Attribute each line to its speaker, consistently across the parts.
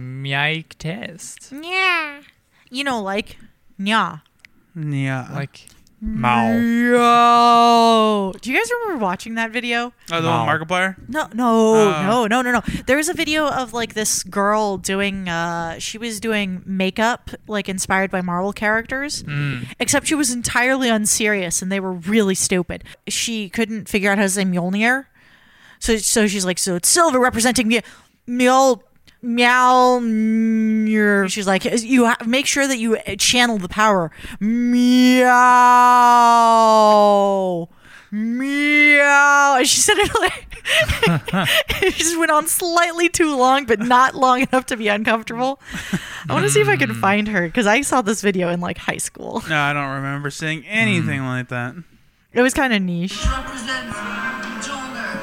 Speaker 1: Mike test.
Speaker 2: Yeah. You know, like, yeah.
Speaker 3: Yeah.
Speaker 1: Like,
Speaker 2: Mm.
Speaker 1: Mao.
Speaker 2: Yo. Do you guys remember watching that video?
Speaker 3: oh, the one
Speaker 1: No.
Speaker 3: with Markiplier.
Speaker 2: No, no,
Speaker 3: Uh.
Speaker 2: no, no, no, no. There was a video of like this girl doing, uh, she was doing makeup like inspired by Marvel characters,
Speaker 1: Mm.
Speaker 2: except she was entirely unserious and they were really stupid. She couldn't figure out how to say Mjolnir. So, so she's like, so it's silver representing the Mjol. Mjolnir. She's like, you ha- make sure that you channel the power. Meow. Meow. And she said it like, it just went on slightly too long, but not long enough to be uncomfortable. I want to see if I can find her because I saw this video in like high school.
Speaker 3: No, I don't remember seeing
Speaker 1: Hmm.
Speaker 3: anything like that.
Speaker 2: It was kind of niche.
Speaker 4: represents Mjolnir.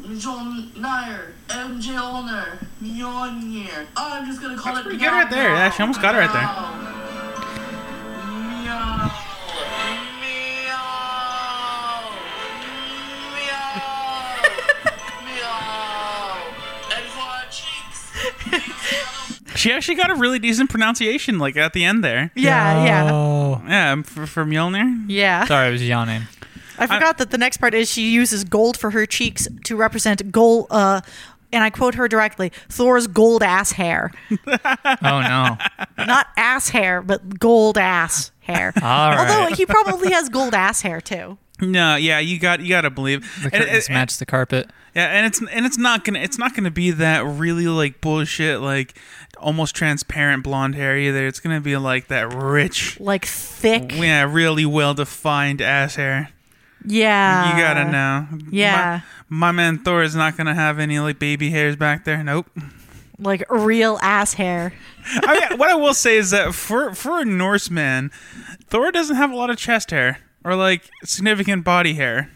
Speaker 4: Mjolnir. Mjolnir. Mjolnir. Oh, I'm just gonna call
Speaker 3: That's
Speaker 4: it
Speaker 3: pretty good right there. Yeah, she almost got it right there. She actually got a really decent pronunciation, like at the end there.
Speaker 2: Yeah, yeah,
Speaker 1: Oh.
Speaker 3: Yeah, um, for, for Mjolnir.
Speaker 2: yeah.
Speaker 1: Sorry, I was yawning.
Speaker 2: I forgot that the next part is she uses gold for her cheeks to represent gold. Uh, and I quote her directly: "Thor's gold ass hair,
Speaker 1: Oh no.
Speaker 2: not ass hair, but gold ass hair."
Speaker 1: All
Speaker 2: Although
Speaker 1: right.
Speaker 2: he probably has gold ass hair too.
Speaker 3: No, yeah, you got you got to believe.
Speaker 1: The
Speaker 3: And-
Speaker 1: curtains
Speaker 3: and-
Speaker 1: match the carpet.
Speaker 3: Yeah, and it's and it's not gonna it's not gonna be that really like bullshit like almost transparent blonde hair either. It's gonna be like that rich,
Speaker 2: Like thick.
Speaker 3: yeah, really well defined ass hair.
Speaker 2: Yeah.
Speaker 3: You gotta
Speaker 1: Uh,
Speaker 3: know.
Speaker 2: yeah.
Speaker 3: my, my man Thor is not gonna have any like baby hairs back there. Nope.
Speaker 2: Like real ass hair.
Speaker 3: I mean, what I will say is that for for a Norseman, Thor doesn't have a lot of chest hair or like significant body hair.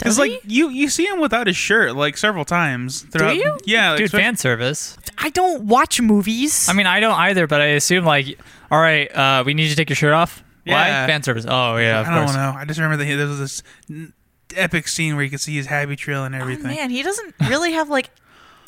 Speaker 2: Does
Speaker 3: Because like
Speaker 2: he?
Speaker 3: you you see him without his shirt like several times throughout.
Speaker 2: you?
Speaker 3: Yeah, like,
Speaker 1: Dude,
Speaker 3: especially-
Speaker 1: fan service.
Speaker 2: I don't watch movies.
Speaker 1: I mean, I don't either, but I assume like, all right, uh, we need you to take your shirt off.
Speaker 3: Yeah.
Speaker 1: Why? Fan service. Oh yeah, of
Speaker 3: I don't
Speaker 1: course.
Speaker 3: know. I just remember that there was this n- epic scene where you could see his happy trail and
Speaker 2: Oh,
Speaker 3: everything.
Speaker 2: man, he doesn't really have like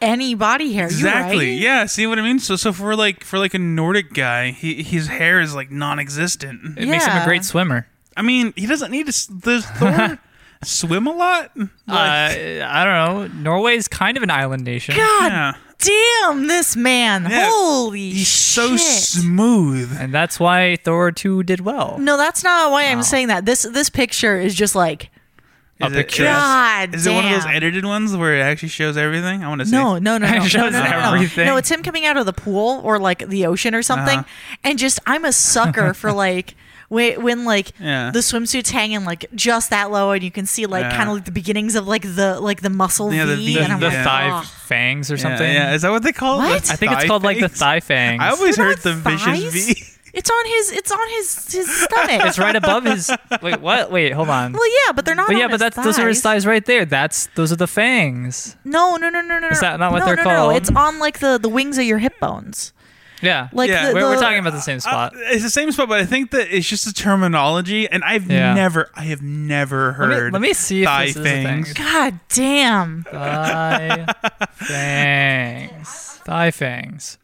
Speaker 2: any body hair. You
Speaker 3: Exactly.
Speaker 2: right?
Speaker 3: Yeah. See what I mean? So, so for like for like a Nordic guy, he, his hair is like non-existent.
Speaker 1: It makes him
Speaker 2: Yeah.
Speaker 1: a great swimmer.
Speaker 3: I mean, he doesn't need to. s- Does Thor swim a lot?
Speaker 2: Oh,
Speaker 3: Like,
Speaker 1: uh, I don't know. Norway's kind of an island nation.
Speaker 2: God
Speaker 3: yeah.
Speaker 2: damn this man.
Speaker 3: Yeah.
Speaker 2: Holy
Speaker 3: He's so
Speaker 2: shit.
Speaker 3: smooth.
Speaker 1: And that's why Thor 2 did well.
Speaker 2: no, that's not why I'm
Speaker 1: Wow.
Speaker 2: saying that. This this picture is just like
Speaker 1: A
Speaker 3: Is it-
Speaker 1: picture.
Speaker 2: God
Speaker 3: Is it one of those
Speaker 2: damn.
Speaker 3: edited ones where it actually shows everything? I want to see.
Speaker 2: no, no, no, no,
Speaker 1: It
Speaker 2: no,
Speaker 1: shows
Speaker 2: no, no, no.
Speaker 1: everything.
Speaker 2: No, it's him coming out of the pool or like the ocean or something,
Speaker 1: Uh-huh.
Speaker 2: and just I'm a sucker for like when, when like
Speaker 3: Yeah.
Speaker 2: the swimsuits hanging like just that low, and you can see like
Speaker 3: Yeah.
Speaker 2: kind of like the beginnings of like the like the muscle
Speaker 3: Yeah, the
Speaker 2: V,
Speaker 3: V,
Speaker 1: The,
Speaker 2: and I'm
Speaker 1: the
Speaker 2: like, "Ah,
Speaker 3: yeah.
Speaker 1: thigh
Speaker 2: "Ugh."
Speaker 1: fangs or
Speaker 3: Yeah,
Speaker 1: something.
Speaker 3: Yeah, Is that what they call it?
Speaker 2: What?
Speaker 3: The
Speaker 1: I think it's
Speaker 3: thigh
Speaker 1: called like the
Speaker 3: fangs?
Speaker 1: thigh fangs.
Speaker 3: I always
Speaker 2: They're not
Speaker 3: heard the
Speaker 2: thighs?
Speaker 3: vicious V.
Speaker 2: It's on his. It's on his his stomach.
Speaker 1: it's right above his. Wait, what? Wait, hold on.
Speaker 2: Well, yeah, but they're not.
Speaker 1: but yeah,
Speaker 2: on
Speaker 1: but
Speaker 2: his
Speaker 1: that's those are his
Speaker 2: thighs.
Speaker 1: thighs right there. That's those are the fangs.
Speaker 2: No, no, no, no, no.
Speaker 1: Is
Speaker 2: no.
Speaker 1: that not what
Speaker 2: no,
Speaker 1: they're
Speaker 2: no, No,
Speaker 1: called?
Speaker 2: it's on like the the wings of your hip bones.
Speaker 1: Yeah,
Speaker 2: Like
Speaker 3: Yeah,
Speaker 2: the,
Speaker 1: we're, we're
Speaker 2: the-
Speaker 1: talking about the same spot.
Speaker 3: Uh, it's the same spot, but I think that it's just the terminology, and I've
Speaker 1: Yeah.
Speaker 3: never, I have never
Speaker 1: me-
Speaker 3: heard.
Speaker 1: let me see if
Speaker 3: thigh
Speaker 1: this is a thing.
Speaker 3: things.
Speaker 2: God damn.
Speaker 1: Oh, Thigh fangs. Thigh fangs.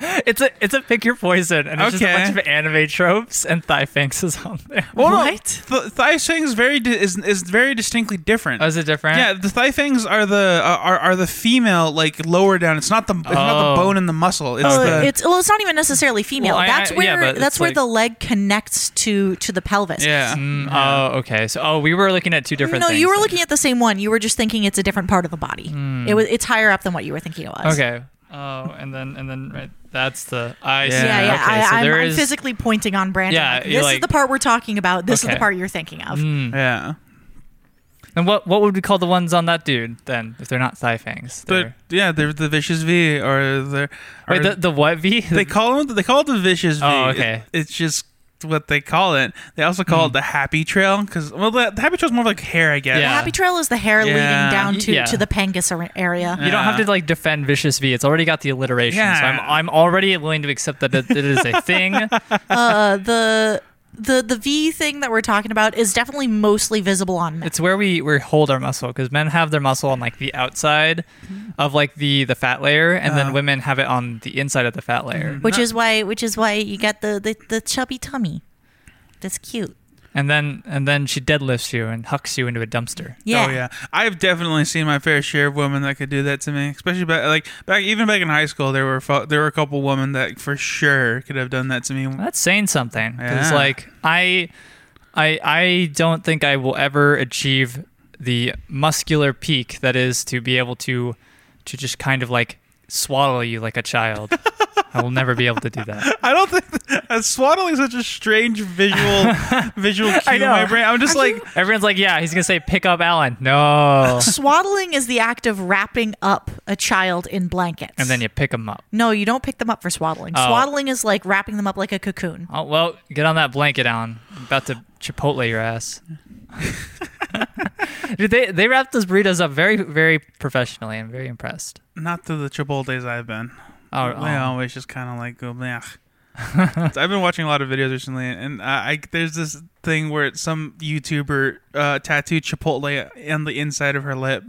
Speaker 1: it's a it's a pick your poison, and it's
Speaker 3: Okay.
Speaker 1: just a bunch of anime tropes, and thigh fangs is on there.
Speaker 3: Well, no,
Speaker 2: What?
Speaker 3: th- thigh fangs very di- is is very distinctly different.
Speaker 1: Oh, is it different?
Speaker 3: yeah, the thigh fangs are the uh, are, are the female like lower down. It's not the it's not
Speaker 1: Oh.
Speaker 3: the bone and the muscle. It's
Speaker 2: Uh,
Speaker 3: the
Speaker 2: it's well, it's not even necessarily female.
Speaker 1: Well, I-
Speaker 2: that's
Speaker 1: I- yeah,
Speaker 2: where
Speaker 1: but it's
Speaker 2: that's where
Speaker 1: like-
Speaker 2: the leg connects to to the pelvis.
Speaker 3: yeah.
Speaker 1: Mm, Oh, okay. So, oh, we were looking at two different.
Speaker 2: No,
Speaker 1: things
Speaker 2: you were
Speaker 1: then.
Speaker 2: looking at the same one. You were just thinking it's a different part of the body. It was it's higher up than what you were thinking it was.
Speaker 1: Okay. Oh, and then and then right. That's the. I see.
Speaker 3: Yeah,
Speaker 2: Yeah, yeah.
Speaker 1: Okay, so
Speaker 2: I,
Speaker 1: there
Speaker 2: I'm,
Speaker 1: is-
Speaker 2: I'm physically pointing on Brandon.
Speaker 1: Yeah,
Speaker 2: like,
Speaker 1: you're
Speaker 2: this is
Speaker 1: like-
Speaker 2: the part we're talking about. This is
Speaker 1: Okay. Mm,
Speaker 2: the part you're thinking of.
Speaker 3: yeah.
Speaker 1: Hmm. And what what would we call the ones on that dude then, if they're not thigh fangs?
Speaker 3: But
Speaker 1: They're-
Speaker 3: yeah, they're the vicious V or they're or
Speaker 1: wait, the, the what V?
Speaker 3: they call them they call it the vicious V.
Speaker 1: Oh,
Speaker 3: It-
Speaker 1: okay. Hmm.
Speaker 3: it's just what they call it. They also call it the happy trail because well, the, the happy trail is more like hair, I guess.
Speaker 1: Yeah.
Speaker 2: Happy Trail is the hair
Speaker 3: Yeah.
Speaker 2: leading down to
Speaker 1: Yeah.
Speaker 2: to the pangus ar- area.
Speaker 1: you don't have
Speaker 3: Yeah.
Speaker 1: to like defend vicious V. It's already got the alliteration, so I'm
Speaker 3: Yeah.
Speaker 1: I'm already willing to accept that it, it is a thing.
Speaker 2: uh, the the the V thing that we're talking about is definitely mostly visible on men.
Speaker 1: It's where we, we hold our muscle because men have their muscle on like the outside of like the the fat layer, and
Speaker 3: Oh.
Speaker 1: then women have it on the inside of the fat layer.
Speaker 2: which is why which is why you got the the, the chubby tummy. That's cute.
Speaker 1: And then and then she deadlifts you and hucks you into a dumpster.
Speaker 2: Yeah.
Speaker 3: Oh yeah, I've definitely seen my fair share of women that could do that to me, especially back like back even back in high school. There were fo- there were a couple women that for sure could have done that to me.
Speaker 1: That's saying something. Because
Speaker 3: Yeah.
Speaker 1: like I, I I don't think I will ever achieve the muscular peak that is to be able to to just kind of like swallow you like a child. I will never be able to do that.
Speaker 3: I don't think that, swaddling is such a strange visual visual cue in
Speaker 1: know.
Speaker 3: my brain. I'm just like
Speaker 1: Everyone's like, yeah, he's gonna say pick up Alan. No.
Speaker 2: Swaddling is the act of wrapping up a child in blankets.
Speaker 1: And then you pick him up.
Speaker 2: No, you don't pick them up for swaddling.
Speaker 1: Oh.
Speaker 2: Swaddling is like wrapping them up like a cocoon.
Speaker 1: Oh well, get on that blanket, Alan. I'm about to chipotle your ass. Dude, they they wrap those burritos up very very professionally. I'm very impressed.
Speaker 3: not through the triple days I've been.
Speaker 1: Oh,
Speaker 3: I
Speaker 1: oh.
Speaker 3: always just kind of like go meh. So I've been watching a lot of videos recently, and I, I there's this thing where it's some YouTuber uh, tattooed Chipotle on the inside of her lip.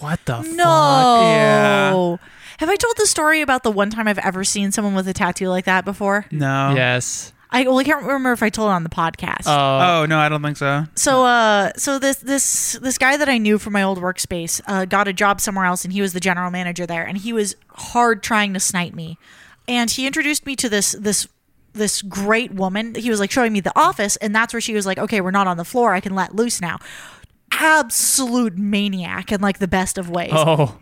Speaker 1: what the
Speaker 2: No.
Speaker 1: fuck?
Speaker 3: yeah.
Speaker 2: Have I told the story about the one time I've ever seen someone with a tattoo like that before?
Speaker 3: No.
Speaker 1: Yes.
Speaker 2: I only can't remember if I told it on the podcast.
Speaker 1: Oh,
Speaker 3: Oh no, I don't think so.
Speaker 2: So uh so this this this guy that I knew from my old workspace uh, got a job somewhere else and he was the general manager there and he was hard trying to snipe me. And he introduced me to this this this great woman. He was like showing me the office and that's where she was like, "Okay, we're not on the floor. I can let loose now." Absolute maniac in like the best of ways
Speaker 1: oh,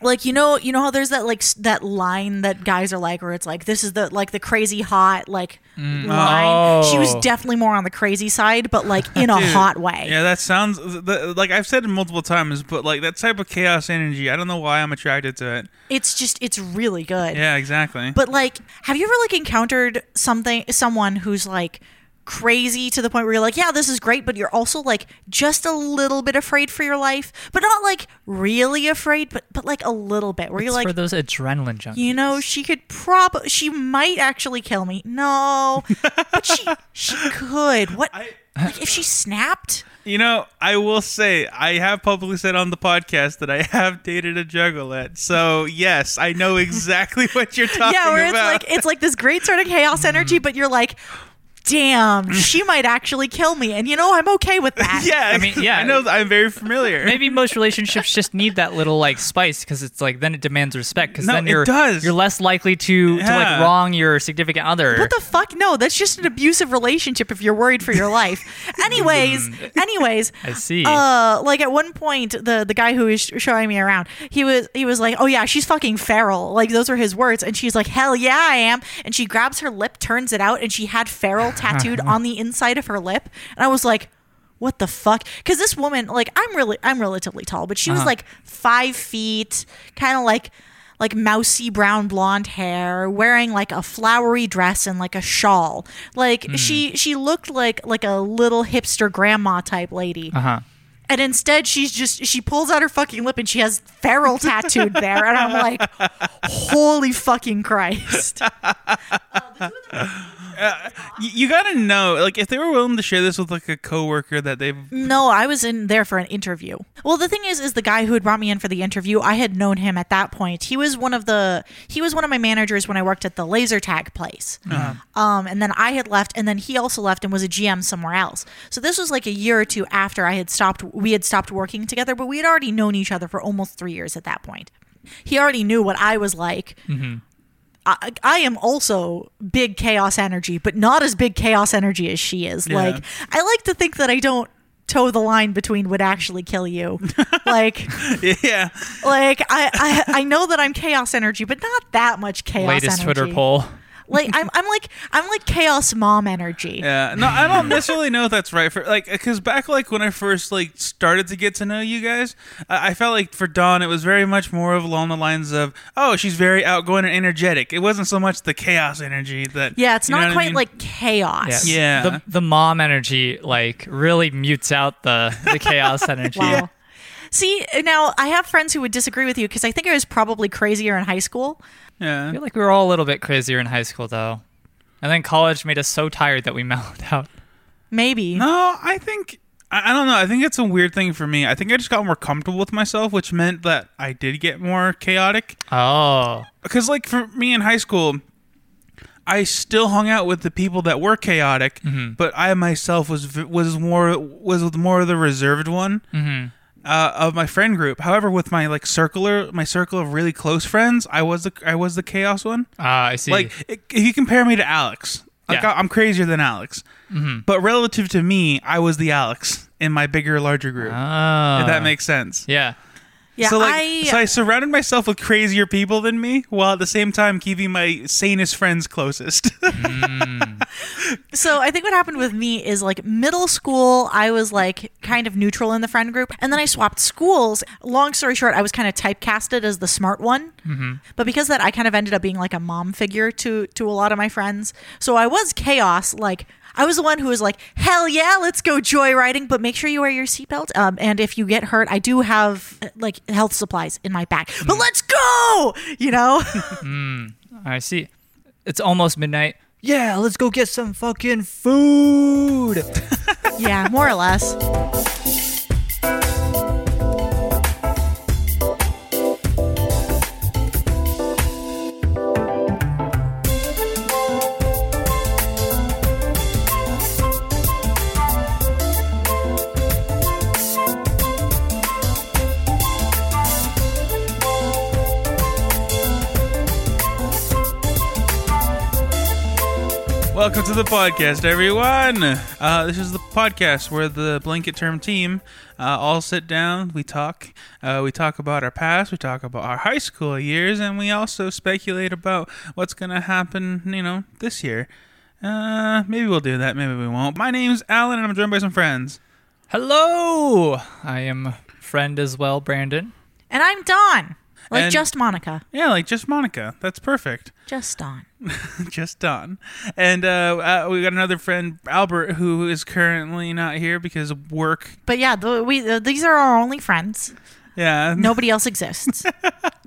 Speaker 2: like you know you know how there's that like s- that line that guys are like where it's like this is the like the crazy hot like line she was
Speaker 1: Oh.
Speaker 2: definitely more on the crazy side but like in a
Speaker 3: Dude,
Speaker 2: hot way
Speaker 3: Yeah, that sounds th- th- like I've said it multiple times, but like that type of chaos energy, I don't know why I'm attracted to it.
Speaker 2: it's just it's really good
Speaker 3: Yeah, exactly.
Speaker 2: but like have you ever like encountered something someone who's like crazy to the point where you're like yeah this is great but you're also like just a little bit afraid for your life but not like really afraid but but like a little bit where you're
Speaker 1: it's
Speaker 2: like
Speaker 1: for those adrenaline junkies.
Speaker 2: You know, she could prob she might actually kill me. No. but she she could. What like if she snapped?
Speaker 3: you know, I will say I have publicly said on the podcast that I have dated a juggalette, so yes, I know exactly what you're talking
Speaker 2: Yeah, where it's
Speaker 3: about.
Speaker 2: like it's like this great sort of chaos energy, but you're like, damn, she might actually kill me. And you know, I'm okay with that.
Speaker 3: yeah,
Speaker 1: I mean, yeah.
Speaker 3: I know. I'm very familiar.
Speaker 1: Maybe most relationships just need that little like spice because it's like then it demands respect because
Speaker 3: No,
Speaker 1: then
Speaker 3: it
Speaker 1: you're
Speaker 3: does.
Speaker 1: you're less likely to to
Speaker 3: Yeah.
Speaker 1: like wrong your significant other.
Speaker 2: What the fuck? No, that's just an abusive relationship if you're worried for your life. anyways, anyways,
Speaker 1: I see.
Speaker 2: Uh, like at one point, the the guy who was sh- showing me around, he was he was like, "Oh yeah, she's fucking feral." Like those were his words, and she's like, "Hell yeah, I am." And she grabs her lip, turns it out, and she had feral tattooed on the inside of her lip. And I was like, "What the fuck?" Because this woman, like, I'm really I'm relatively tall, but she
Speaker 1: Uh-huh.
Speaker 2: was like five feet, kind of like like mousy brown blonde hair, wearing like a flowery dress and like a shawl. Like
Speaker 1: Hmm.
Speaker 2: she she looked like like a little hipster grandma type lady.
Speaker 1: huh.
Speaker 2: And instead she's just she pulls out her fucking lip and she has feral tattooed there and I'm like holy fucking Christ.
Speaker 3: Y- you gotta know, like, if they were willing to share this with like a coworker that they've.
Speaker 2: No, I was in there for an interview. Well, the thing is is the guy who had brought me in for the interview, I had known him at that point. He was one of the he was one of my managers when I worked at the laser tag place. Um, and then I had left, and then he also left and was a GM somewhere else. So this was like a year or two after I had stopped. We had stopped working together, but we had already known each other for almost three years at that point. He already knew what I was like. I, I am also big chaos energy, but not as big chaos energy as she is.
Speaker 3: Yeah.
Speaker 2: Like I like to think that I don't toe the line between would actually kill you. like
Speaker 3: Yeah,
Speaker 2: like I, I I know that I'm chaos energy, but not that much chaos
Speaker 1: Latest
Speaker 2: energy.
Speaker 1: Twitter poll.
Speaker 2: Like I'm, I'm like I'm like chaos mom energy.
Speaker 3: yeah. No, I don't necessarily know if that's right for like, because back like when I first like started to get to know you guys, I-, I felt like for Dawn it was very much more of along the lines of, oh, she's very outgoing and energetic. It wasn't so much the chaos energy that.
Speaker 2: Yeah, it's
Speaker 3: you know
Speaker 2: not
Speaker 3: what I
Speaker 2: quite
Speaker 3: mean?
Speaker 2: like chaos.
Speaker 1: Yes.
Speaker 3: Yeah.
Speaker 1: The the mom energy like really mutes out the the chaos energy.
Speaker 2: Wow. See, now I have friends who would disagree with you because I think I was probably crazier in high school.
Speaker 1: I
Speaker 3: Yeah.
Speaker 1: feel like we were all a little bit crazier in high school though. And then college made us so tired that we mellowed out.
Speaker 2: Maybe.
Speaker 3: No, I think I, I don't know. I think it's a weird thing for me. I think I just got more comfortable with myself, which meant that I did get more chaotic.
Speaker 1: Oh.
Speaker 3: Because like for me in high school, I still hung out with the people that were chaotic,
Speaker 1: Mm-hmm.
Speaker 3: but I myself was v- was more was with more of the reserved one
Speaker 1: Mm-hmm.
Speaker 3: uh, of my friend group. However, with my like circular my circle of really close friends, I was the I was the chaos one.
Speaker 1: Ah, I see.
Speaker 3: Like i- if you compare me to Alex, like,
Speaker 1: Yeah. Mm-hmm.
Speaker 3: I- I'm crazier than Alex. But relative to me, I was the Alex in my bigger, larger group.
Speaker 1: Ah.
Speaker 3: if that makes sense.
Speaker 1: Yeah.
Speaker 2: yeah,
Speaker 3: so like,
Speaker 2: I,
Speaker 3: so I surrounded myself with crazier people than me, while at the same time keeping my sanest friends closest.
Speaker 2: So I think what happened with me is like middle school, I was like kind of neutral in the friend group, and then I swapped schools. Long story short, I was kind of typecasted as the smart one, but because of that, I kind of ended up being like a mom figure to to a lot of my friends. So I was chaos. Like I was the one who was like, "Hell yeah, let's go joyriding," but make sure you wear your seatbelt. Um, and if you get hurt, I do have uh, like health supplies in my bag. But let's go, you know.
Speaker 1: I see. It's almost midnight. Yeah, let's go get some fucking food.
Speaker 2: yeah, more or less.
Speaker 3: Welcome to the podcast, everyone. Uh, this is the podcast where the blanket term team uh, all sit down. We talk. Uh, we talk about our past. We talk about our high school years, and we also speculate about what's going to happen. You know, this year. Uh, maybe we'll do that. Maybe we won't. My name's Alan, and I'm joined by some friends.
Speaker 1: Hello. I am friend as well, Brandon.
Speaker 2: And I'm Dawn, like
Speaker 3: And-
Speaker 2: just Monica,
Speaker 3: Yeah, like just Monica. That's perfect.
Speaker 2: just Dawn.
Speaker 3: just done. And uh, uh, we got another friend, Albert, who is currently not here because of work.
Speaker 2: But yeah, the, we the, these are our only friends.
Speaker 3: Yeah.
Speaker 2: Nobody else exists.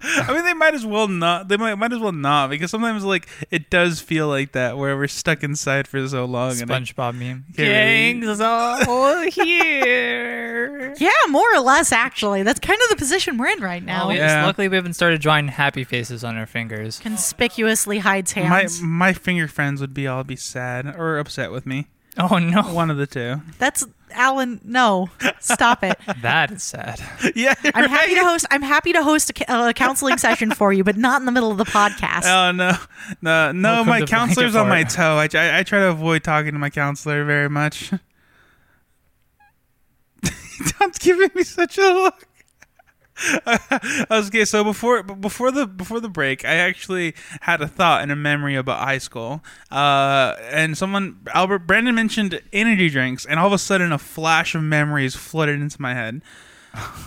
Speaker 3: I mean, they might as well not. They might might as well not because sometimes like it does feel like that where we're stuck inside for so long. And
Speaker 1: SpongeBob meme.
Speaker 3: I can't really-
Speaker 1: is all here.
Speaker 2: yeah, more or less. Actually, that's kind of the position we're in right now.
Speaker 1: Well, we-
Speaker 3: Yeah.
Speaker 1: Luckily, we haven't started drawing happy faces on our fingers.
Speaker 2: Conspicuously hides
Speaker 3: my
Speaker 2: hands.
Speaker 3: my finger friends would be all be sad or upset with me.
Speaker 1: Oh no,
Speaker 3: One of the two.
Speaker 2: that's Alan. No, stop it.
Speaker 1: that is sad.
Speaker 3: yeah.
Speaker 2: I'm happy to host. I'm happy to host a, ca- a counseling session for you, but not in the middle of the podcast.
Speaker 3: Oh no, no, no!
Speaker 1: Welcome
Speaker 3: my
Speaker 1: to
Speaker 3: counselor's
Speaker 1: Blanket
Speaker 3: on my
Speaker 1: Fort.
Speaker 3: toe. I, I, I try to avoid talking to my counselor very much. Tom's giving me such a look. okay, so before b- before the before the break, I actually had a thought and a memory about high school. Uh, and someone Albert Brandon mentioned energy drinks, and all of a sudden, a flash of memories flooded into my head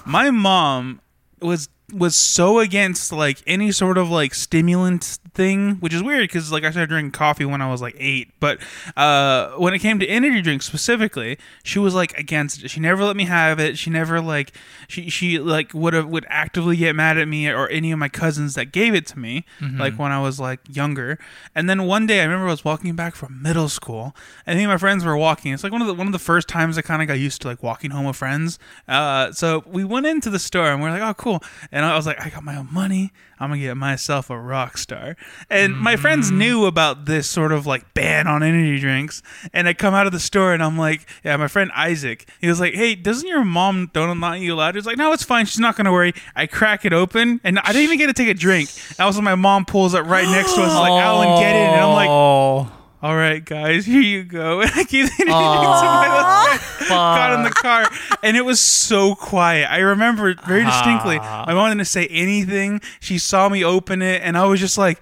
Speaker 3: my mom was was so against like any sort of like stimulant thing which is weird because like i started drinking coffee when i was like eight but uh when it came to energy drinks specifically she was like against it she never let me have it she never like she she like would have would actively get mad at me or any of my cousins that gave it to me like when i was like younger and then one day i remember i was walking back from middle school and me and my friends were walking it's like one of the one of the first times i kind of got used to like walking home with friends uh so we went into the store and we are like oh cool and i was like i got my own money i'm gonna get myself a rock star and my friends knew about this sort of like ban on energy drinks and i come out of the store and i'm like yeah my friend isaac he was like hey doesn't your mom don't not you allowed he's like no it's fine she's not gonna worry i crack it open and i didn't even get to take a drink that was when my mom pulls up right next to us like alan get it and i'm like
Speaker 1: oh,
Speaker 3: all right, guys, here you go. And I keep it into
Speaker 1: Aw.
Speaker 3: my got in the car, and it was so quiet. I remember it very distinctly.
Speaker 1: Ah.
Speaker 3: My mom didn't say anything. She saw me open it, and I was just like,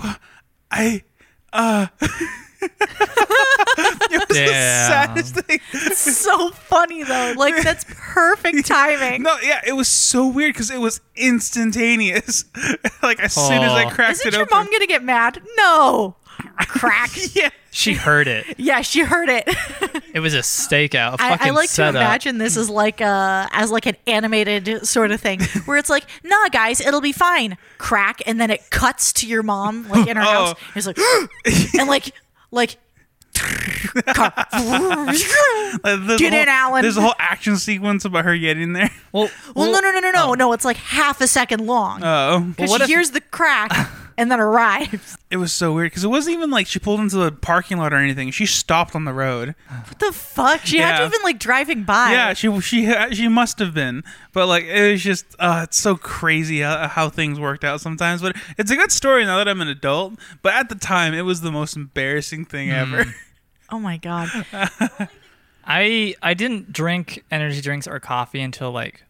Speaker 3: "Wha- I.
Speaker 1: damn.
Speaker 3: Saddest thing.
Speaker 2: It's so funny though. Like that's perfect timing.
Speaker 3: No, yeah, it was so weird because it was instantaneous. like as soon as I
Speaker 1: Aw.
Speaker 3: cracked
Speaker 2: Isn't
Speaker 3: it
Speaker 2: your
Speaker 3: open.
Speaker 2: mom gonna get mad? No. Crack.
Speaker 3: yeah.
Speaker 1: She heard it.
Speaker 2: Yeah, she heard it.
Speaker 1: It was a stakeout. A
Speaker 2: I,
Speaker 1: fucking
Speaker 2: I like
Speaker 1: setup.
Speaker 2: to imagine this as like a as like an animated sort of thing where it's like, nah, guys, it'll be fine. Crack, and then it cuts to your mom like in her house.
Speaker 3: Oh.
Speaker 2: And it's like, and like like.
Speaker 3: Like, there's a
Speaker 2: Get in,
Speaker 3: whole-
Speaker 2: Alan.
Speaker 3: There's a whole action sequence about her getting there.
Speaker 1: Well,
Speaker 2: Well, no, no, no, no, no, no. It's like half a second long.
Speaker 3: Oh,
Speaker 2: Because
Speaker 1: Oh. Uh, what
Speaker 2: she
Speaker 1: if-
Speaker 2: hears the crack and then arrives.
Speaker 3: it was so weird because it wasn't even like she pulled into the parking lot or anything. She stopped on the road.
Speaker 2: What the fuck? She had to
Speaker 3: Yeah.
Speaker 2: have been like driving by.
Speaker 3: Yeah, she she she must have been, but like it was just uh, it's so crazy how, how things worked out sometimes. But it's a good story now that I'm an adult. But at the time, it was the most embarrassing
Speaker 2: Hmm.
Speaker 3: thing ever.
Speaker 2: Oh my god.
Speaker 1: I I didn't drink energy drinks or coffee until like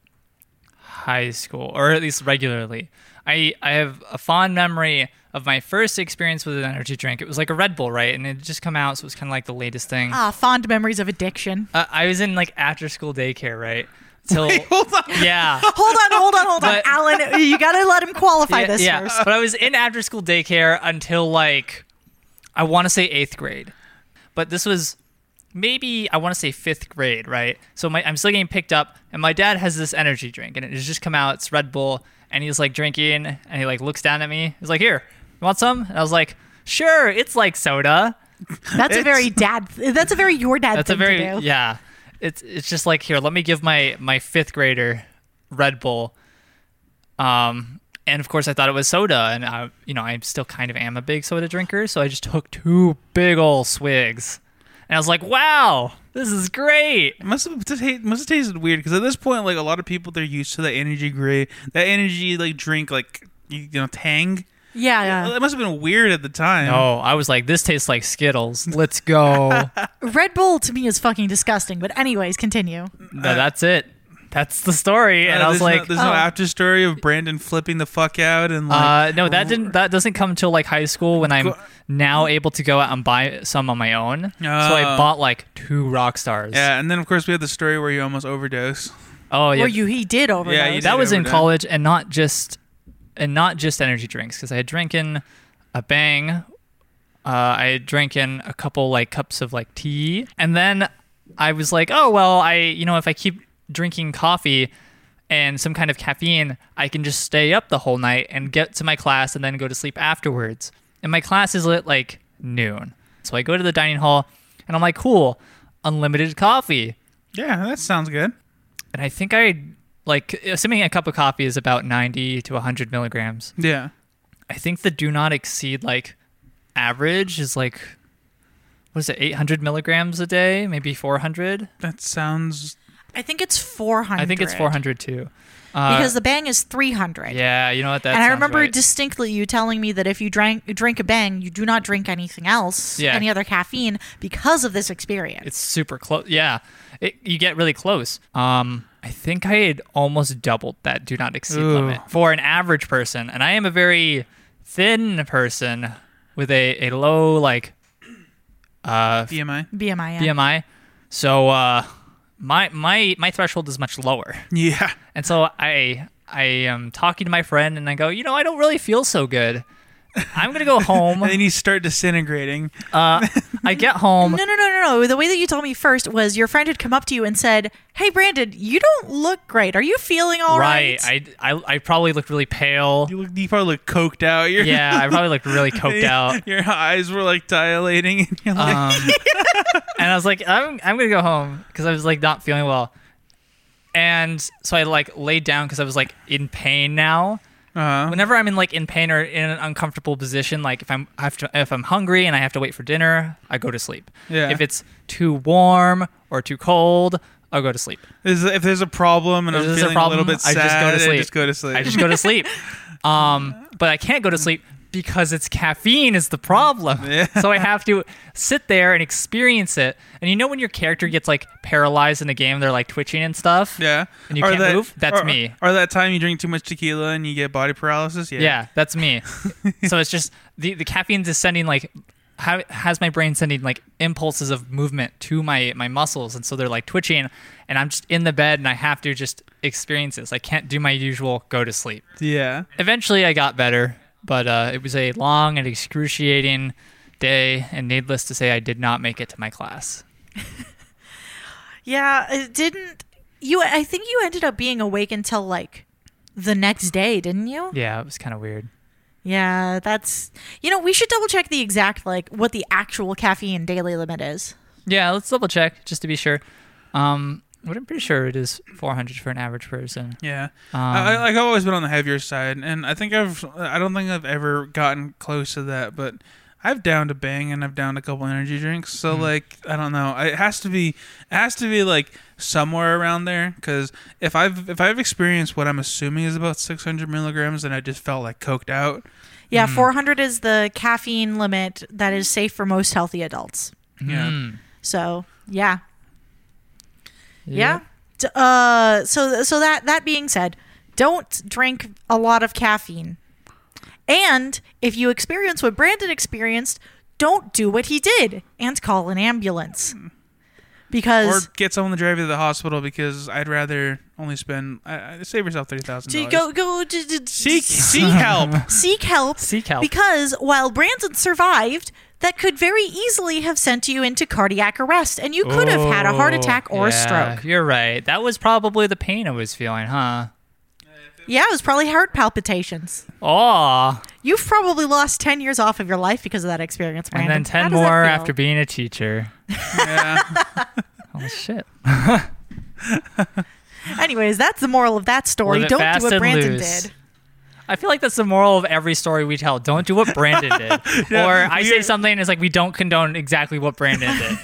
Speaker 1: high school, or at least regularly. I I have a fond memory of my first experience with an energy drink. It was like a Red Bull, right? And it had just come out, so it was kind of like the latest thing.
Speaker 3: Uh,
Speaker 2: Ah, fond memories of addiction.
Speaker 1: Uh, I was in like after school daycare, right? Till
Speaker 3: Hold on.
Speaker 1: yeah.
Speaker 2: Hold on, hold on, hold on,
Speaker 1: But-
Speaker 2: Alan. You gotta let him qualify this first.
Speaker 1: But I was in after school daycare until like I want to say eighth grade, but this was maybe I want to say fifth grade, right? So my, I'm still getting picked up, and my dad has this energy drink, and it has just come out. It's Red Bull, and he's like drinking, and he like looks down at me. He's like, "Here, you want some?" And I was like, "Sure." It's like soda.
Speaker 2: That's a very dad. That's a very your dad
Speaker 1: That's a
Speaker 2: thing
Speaker 1: very
Speaker 2: to do.
Speaker 1: yeah. It's it's just like here. Let me give my my fifth grader Red Bull. Um, and of course I thought it was soda, and I you know I still kind of am a big soda drinker, so I just took two big old swigs, and I was like, wow, this is great.
Speaker 3: It must have just hate- must have tasted weird because at this point, like a lot of people, they're used to that energy gray, that energy like drink, like you, you know, Tang.
Speaker 2: Yeah, yeah.
Speaker 3: It must have been weird at the time.
Speaker 1: Oh, I was like, this tastes like Skittles. Let's go. no,
Speaker 2: Red Bull to me is fucking disgusting. But anyways, continue.
Speaker 1: that's it. That's the story.
Speaker 3: Uh,
Speaker 1: And I was
Speaker 3: there's no-
Speaker 1: like,
Speaker 3: there's
Speaker 2: oh.
Speaker 3: no after story of Brandon flipping the fuck out and like.
Speaker 1: Uh, no, that didn't. That doesn't come until like high school when I'm
Speaker 3: Go-
Speaker 1: now able to go out and buy some on my own. so I
Speaker 3: Oh.
Speaker 1: bought like two rock stars.
Speaker 3: yeah, and then of course we had the story where you almost overdose.
Speaker 1: Oh yeah.
Speaker 2: Well, you he did overdose.
Speaker 3: Yeah, you did.
Speaker 1: that was in
Speaker 3: overdone.
Speaker 1: college, and not just, and not just energy drinks because I had drinking a bang. Uh, I had drinking a couple like cups of like tea, and then I was like, oh well, I you know if I keep drinking coffee and some kind of caffeine, I can just stay up the whole night and get to my class and then go to sleep afterwards. And my class is at like noon, so I go to the dining hall, and I'm like, cool, unlimited coffee
Speaker 3: Yeah, that sounds good.
Speaker 1: and I think I like assuming a cup of coffee is about 90 to 100 milligrams.
Speaker 3: Yeah.
Speaker 1: I think the do not exceed like average is like what is it 800 milligrams a day, maybe 400.
Speaker 3: That sounds.
Speaker 2: I think it's four hundred.
Speaker 1: I think it's 400 too. Uh,
Speaker 2: because the bang is three hundred.
Speaker 1: yeah, you know what that.
Speaker 2: and I
Speaker 1: sounds
Speaker 2: remember
Speaker 1: right.
Speaker 2: distinctly you telling me that if you drank drink a bang, you do not drink anything else,
Speaker 1: Yeah.
Speaker 2: any other caffeine, because of this experience.
Speaker 1: it's super close. Yeah, it, you get really close. Um, I think I had almost doubled that do not exceed
Speaker 3: Ooh.
Speaker 1: limit for an average person, and I am a very thin person with a, a low like uh
Speaker 3: BMI.
Speaker 2: BMI.
Speaker 1: BMI. So uh, my my my threshold is much lower,
Speaker 3: Yeah.
Speaker 1: and so I I am talking to my friend, and I go, you know, I don't really feel so good. I'm gonna go home.
Speaker 3: And then you start disintegrating.
Speaker 1: Uh, I get home.
Speaker 2: No, no, no, no, no. The way that you told me first was your friend had come up to you and said, "Hey, Brandon, you don't look great. Are you feeling all right?"
Speaker 1: right. I, I I probably looked really pale.
Speaker 3: You, look, you probably look coked out. You're,
Speaker 1: Yeah, I probably looked really coked out.
Speaker 3: Your eyes were like dilating. And you're like,
Speaker 1: Um, and I was like, I'm I'm gonna go home because I was like not feeling well. And so I like laid down because I was like in pain now.
Speaker 3: uh,
Speaker 1: whenever I'm in like in pain or in an uncomfortable position, like if I'm I have to, if I'm hungry and I have to wait for dinner, I go to sleep.
Speaker 3: Yeah.
Speaker 1: If it's too warm or too cold, I'll go to sleep.
Speaker 3: Is- if there's a problem and
Speaker 1: If
Speaker 3: I'm
Speaker 1: there's
Speaker 3: feeling
Speaker 1: a problem,
Speaker 3: a little bit
Speaker 1: I
Speaker 3: sad,
Speaker 1: just go to sleep.
Speaker 3: just go to sleep.
Speaker 1: I just go to sleep. um, but I can't go to sleep because it's caffeine is the problem.
Speaker 3: Yeah.
Speaker 1: So I have to sit there and experience it. And you know when your character gets like paralyzed in a game, they're like twitching and stuff.
Speaker 3: yeah.
Speaker 1: And you can't move? That's
Speaker 3: or-
Speaker 1: me.
Speaker 3: Or that time you drink too much tequila and you get body paralysis. Yeah.
Speaker 1: Yeah, that's me. so it's just the the caffeine is sending like ha- has my brain sending like impulses of movement to my my muscles, and so they're like twitching, and I'm just in the bed, and I have to just experience this. I can't do my usual go to sleep.
Speaker 3: Yeah.
Speaker 1: Eventually, I got better, but uh, it was a long and excruciating great day, and needless to say, I did not make it to my class.
Speaker 2: Yeah, it didn't you I think you ended up being awake until like the next day, didn't you?
Speaker 1: Yeah, it was kind of weird.
Speaker 2: Yeah, that's You know, we should double check the exact like what the actual caffeine daily limit is.
Speaker 1: Yeah, let's double check just to be sure. Um, but I'm pretty sure it is 400 for an average person.
Speaker 3: Yeah, I,
Speaker 1: Um,
Speaker 3: I- like I've always been on the heavier side, and I think I've I don't think I've ever gotten close to that, but I've downed a bang and I've downed a couple energy drinks. So like I don't know, it has to be it has to be like somewhere around there because if I've if I've experienced what I'm assuming is about 600 milligrams, and I just felt like coked out.
Speaker 2: Yeah, 400 is the caffeine limit that is safe for most healthy adults.
Speaker 3: Yeah.
Speaker 1: Mm.
Speaker 2: So, yeah. Yeah.
Speaker 1: Yep.
Speaker 2: D- Uh so so that that being said, don't drink a lot of caffeine. And if you experience what Brandon experienced, don't do what he did and call an ambulance.
Speaker 3: Or
Speaker 2: Because
Speaker 3: get someone to drive you to the hospital because I'd rather only spend. I, I, save yourself thirty thousand.
Speaker 2: to go
Speaker 3: dollars.
Speaker 2: go d- d-
Speaker 3: seek seek help.
Speaker 2: seek help.
Speaker 1: Seek help.
Speaker 2: Because while Brandon survived, that could very easily have sent you into cardiac arrest, and you could have had a heart attack or a
Speaker 1: Oh, Yeah,
Speaker 2: stroke.
Speaker 1: You're right. That was probably the pain I was feeling, huh?
Speaker 2: Yeah, it was probably heart palpitations.
Speaker 1: Aw.
Speaker 2: You've probably lost 10 years off of your life because of that experience,
Speaker 1: And
Speaker 2: Brandon.
Speaker 1: then
Speaker 2: How
Speaker 1: 10
Speaker 2: does that
Speaker 1: more
Speaker 2: feel?
Speaker 1: after being a teacher.
Speaker 3: yeah.
Speaker 1: Oh, shit.
Speaker 2: Anyways, that's the moral of that story.
Speaker 1: Live it
Speaker 2: Don't
Speaker 1: fast
Speaker 2: do what
Speaker 1: and
Speaker 2: Brandon
Speaker 1: loose.
Speaker 2: did.
Speaker 1: I feel like that's the moral of every story we tell. Don't do what Brandon did.
Speaker 3: Yeah,
Speaker 1: or I say
Speaker 3: we're-
Speaker 1: something and it's like, we don't condone exactly what Brandon did.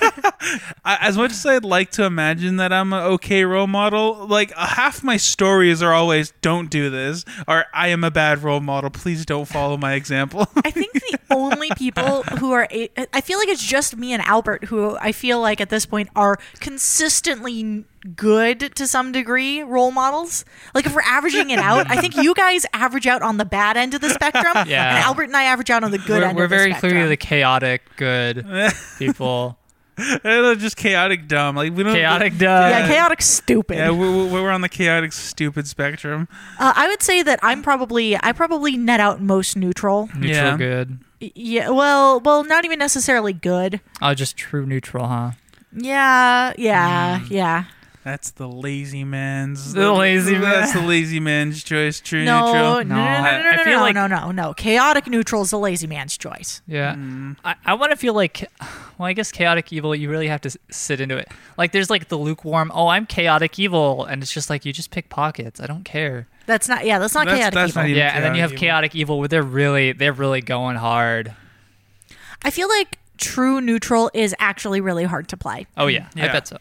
Speaker 3: I, as much as I'd like to imagine that I'm an okay role model, like uh, half my stories are always "Don't do this" or "I am a bad role model. Please don't follow my example."
Speaker 2: I think the only people who are, a- I feel like it's just me and Albert who I feel like at this point are consistently n- good to some degree role models. Like if we're averaging it out, I think you guys average out on the bad end of the spectrum,
Speaker 1: Yeah.
Speaker 2: and Albert and I average out on the good
Speaker 1: we're
Speaker 2: end.
Speaker 1: we're
Speaker 2: of the
Speaker 1: very
Speaker 2: spectrum.
Speaker 1: clearly the chaotic, good people.
Speaker 3: They're just chaotic dumb. Like we don't
Speaker 1: chaotic, duh.
Speaker 2: yeah, chaotic, stupid.
Speaker 3: Yeah, we- we- we're on the chaotic stupid spectrum.
Speaker 2: Uh, I would say that I'm probably I probably net out most neutral.
Speaker 1: Neutral,
Speaker 3: Yeah.
Speaker 1: good.
Speaker 2: Y- Yeah, well, well, not even necessarily good.
Speaker 1: Oh, just true neutral, huh?
Speaker 2: Yeah, yeah,
Speaker 3: Mm.
Speaker 2: yeah.
Speaker 3: That's the lazy man's.
Speaker 1: The lazy man.
Speaker 3: That's the lazy man's choice. True
Speaker 2: No, no, no, no,
Speaker 3: neutral.
Speaker 1: No, I-
Speaker 2: no, no,
Speaker 1: I
Speaker 2: no,
Speaker 1: feel
Speaker 2: no,
Speaker 1: like-
Speaker 2: no, no, no. Chaotic neutral is a lazy man's choice.
Speaker 1: Yeah.
Speaker 3: Mm-hmm.
Speaker 1: I, I want to feel like, well, I guess chaotic evil, you really have to s- sit into it. Like, there's like the lukewarm, oh, I'm chaotic evil. And it's just like, you just pick pockets. I don't care.
Speaker 2: That's not. Yeah, that's not
Speaker 3: That's-
Speaker 2: chaotic
Speaker 3: that's
Speaker 2: evil.
Speaker 3: not even-
Speaker 1: yeah. And then you have
Speaker 3: chaotic
Speaker 1: chaotic
Speaker 3: evil.
Speaker 1: evil where they're really, they're really going hard.
Speaker 3: e-
Speaker 2: I feel like true neutral is actually really hard to play.
Speaker 1: Oh, yeah. I
Speaker 3: Mm-hmm. Yeah.
Speaker 1: bet so.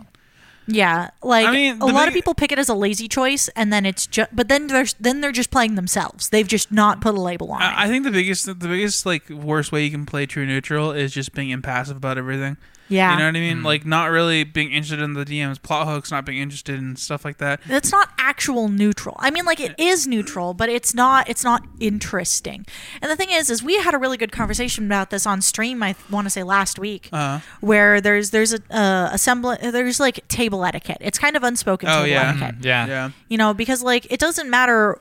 Speaker 2: Yeah, like
Speaker 3: I mean,
Speaker 2: a
Speaker 3: the
Speaker 2: lot of
Speaker 3: big-
Speaker 2: people pick it as a lazy choice, and then it's just. But then there's then they're just playing themselves. They've just not put a label on it.
Speaker 3: I I think the biggest, the biggest like worst way you can play true neutral is just being impassive about everything.
Speaker 2: yeah,
Speaker 3: You know what I mean? Like not really being interested in the DMs, plot hooks, not being interested in stuff like that.
Speaker 2: That's not actual neutral. I mean, like it is neutral, but it's not. It's not interesting. And the thing is, is we had a really good conversation about this on stream. I want to say last week,
Speaker 3: Uh-huh.
Speaker 2: where there's there's a uh, a sembla- There's like table etiquette. It's kind of unspoken
Speaker 3: Oh,
Speaker 2: table
Speaker 3: yeah.
Speaker 2: etiquette.
Speaker 1: Yeah.
Speaker 3: Yeah.
Speaker 2: You know, because like it doesn't matter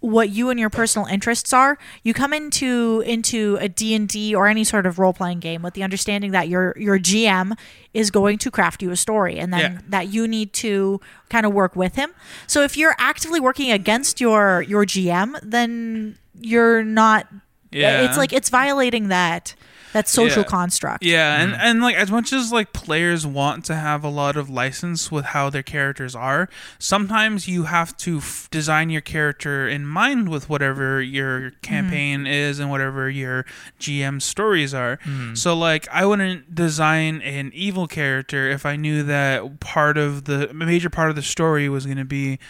Speaker 2: what you and your personal interests are. You come into into a D&D or any sort of role-playing game with the understanding that your your GM is going to craft you a story and then
Speaker 3: Yeah.
Speaker 2: that you need to kind of work with him. So if you're actively working against your your GM, then you're not
Speaker 3: Yeah.
Speaker 2: it's like it's violating that that social
Speaker 3: Yeah.
Speaker 2: construct.
Speaker 3: Yeah, and, and like as much as like players want to have a lot of license with how their characters are, sometimes you have to f- design your character in mind with whatever your campaign is and whatever your GM stories are. So like I wouldn't design an evil character if I knew that part of the a major part of the story was going to be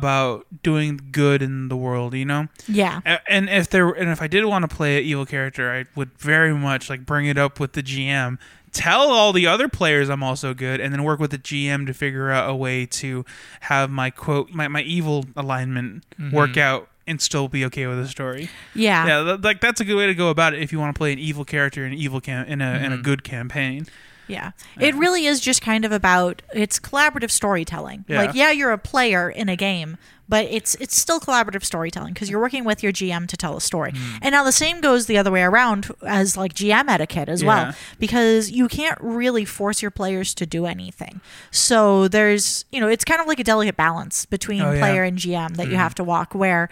Speaker 3: about doing good in the world, you know?
Speaker 2: Yeah.
Speaker 3: A- and if there and if I did want to play an evil character, I would very much like bring it up with the GM, tell all the other players I'm also good, and then work with the GM to figure out a way to have my quote my, my evil alignment work out and still be okay with the story.
Speaker 2: Yeah.
Speaker 3: Yeah, th- like that's a good way to go about it if you want to play an evil character in an evil cam- in a in a good campaign.
Speaker 2: Yeah. It really is just kind of about it's collaborative storytelling.
Speaker 3: Yeah.
Speaker 2: Like yeah, you're a player in a game, but it's it's still collaborative storytelling because you're working with your GM to tell a story.
Speaker 3: Hmm.
Speaker 2: And now the same goes the other way around as like GM etiquette as
Speaker 3: Yeah.
Speaker 2: well because you can't really force your players to do anything. So there's, you know, it's kind of like a delicate balance between
Speaker 3: Oh, yeah.
Speaker 2: player and GM that you have to walk where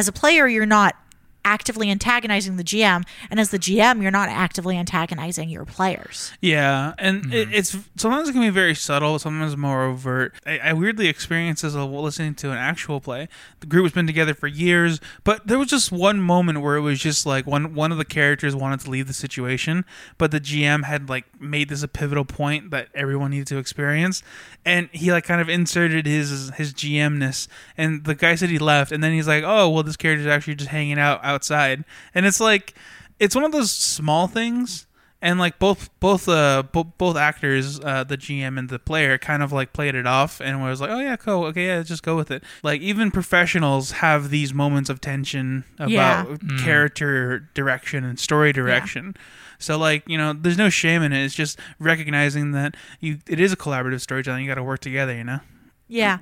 Speaker 2: as a player you're not actively antagonizing the GM and as the GM you're not actively antagonizing your players.
Speaker 3: Yeah, and it, it's sometimes it can be very subtle, sometimes more overt. I, I weirdly experienced this while listening to an actual play. The group has been together for years, but there was just one moment where it was just like one one of the characters wanted to leave the situation, but the GM had like made this a pivotal point that everyone needed to experience, and he like kind of inserted his his GMness, and the guy said he left, and then he's like, oh well, this character's actually just hanging out outside, and it's like it's one of those small things and like both both uh bo- both actors uh the gm and the player kind of like played it off and was like oh yeah cool okay yeah just go with it like even professionals have these moments of tension about
Speaker 2: Yeah.
Speaker 3: character direction and story direction so like you know there's no shame in it it's just recognizing that you it is a collaborative storytelling you got to work together you know
Speaker 2: Yeah.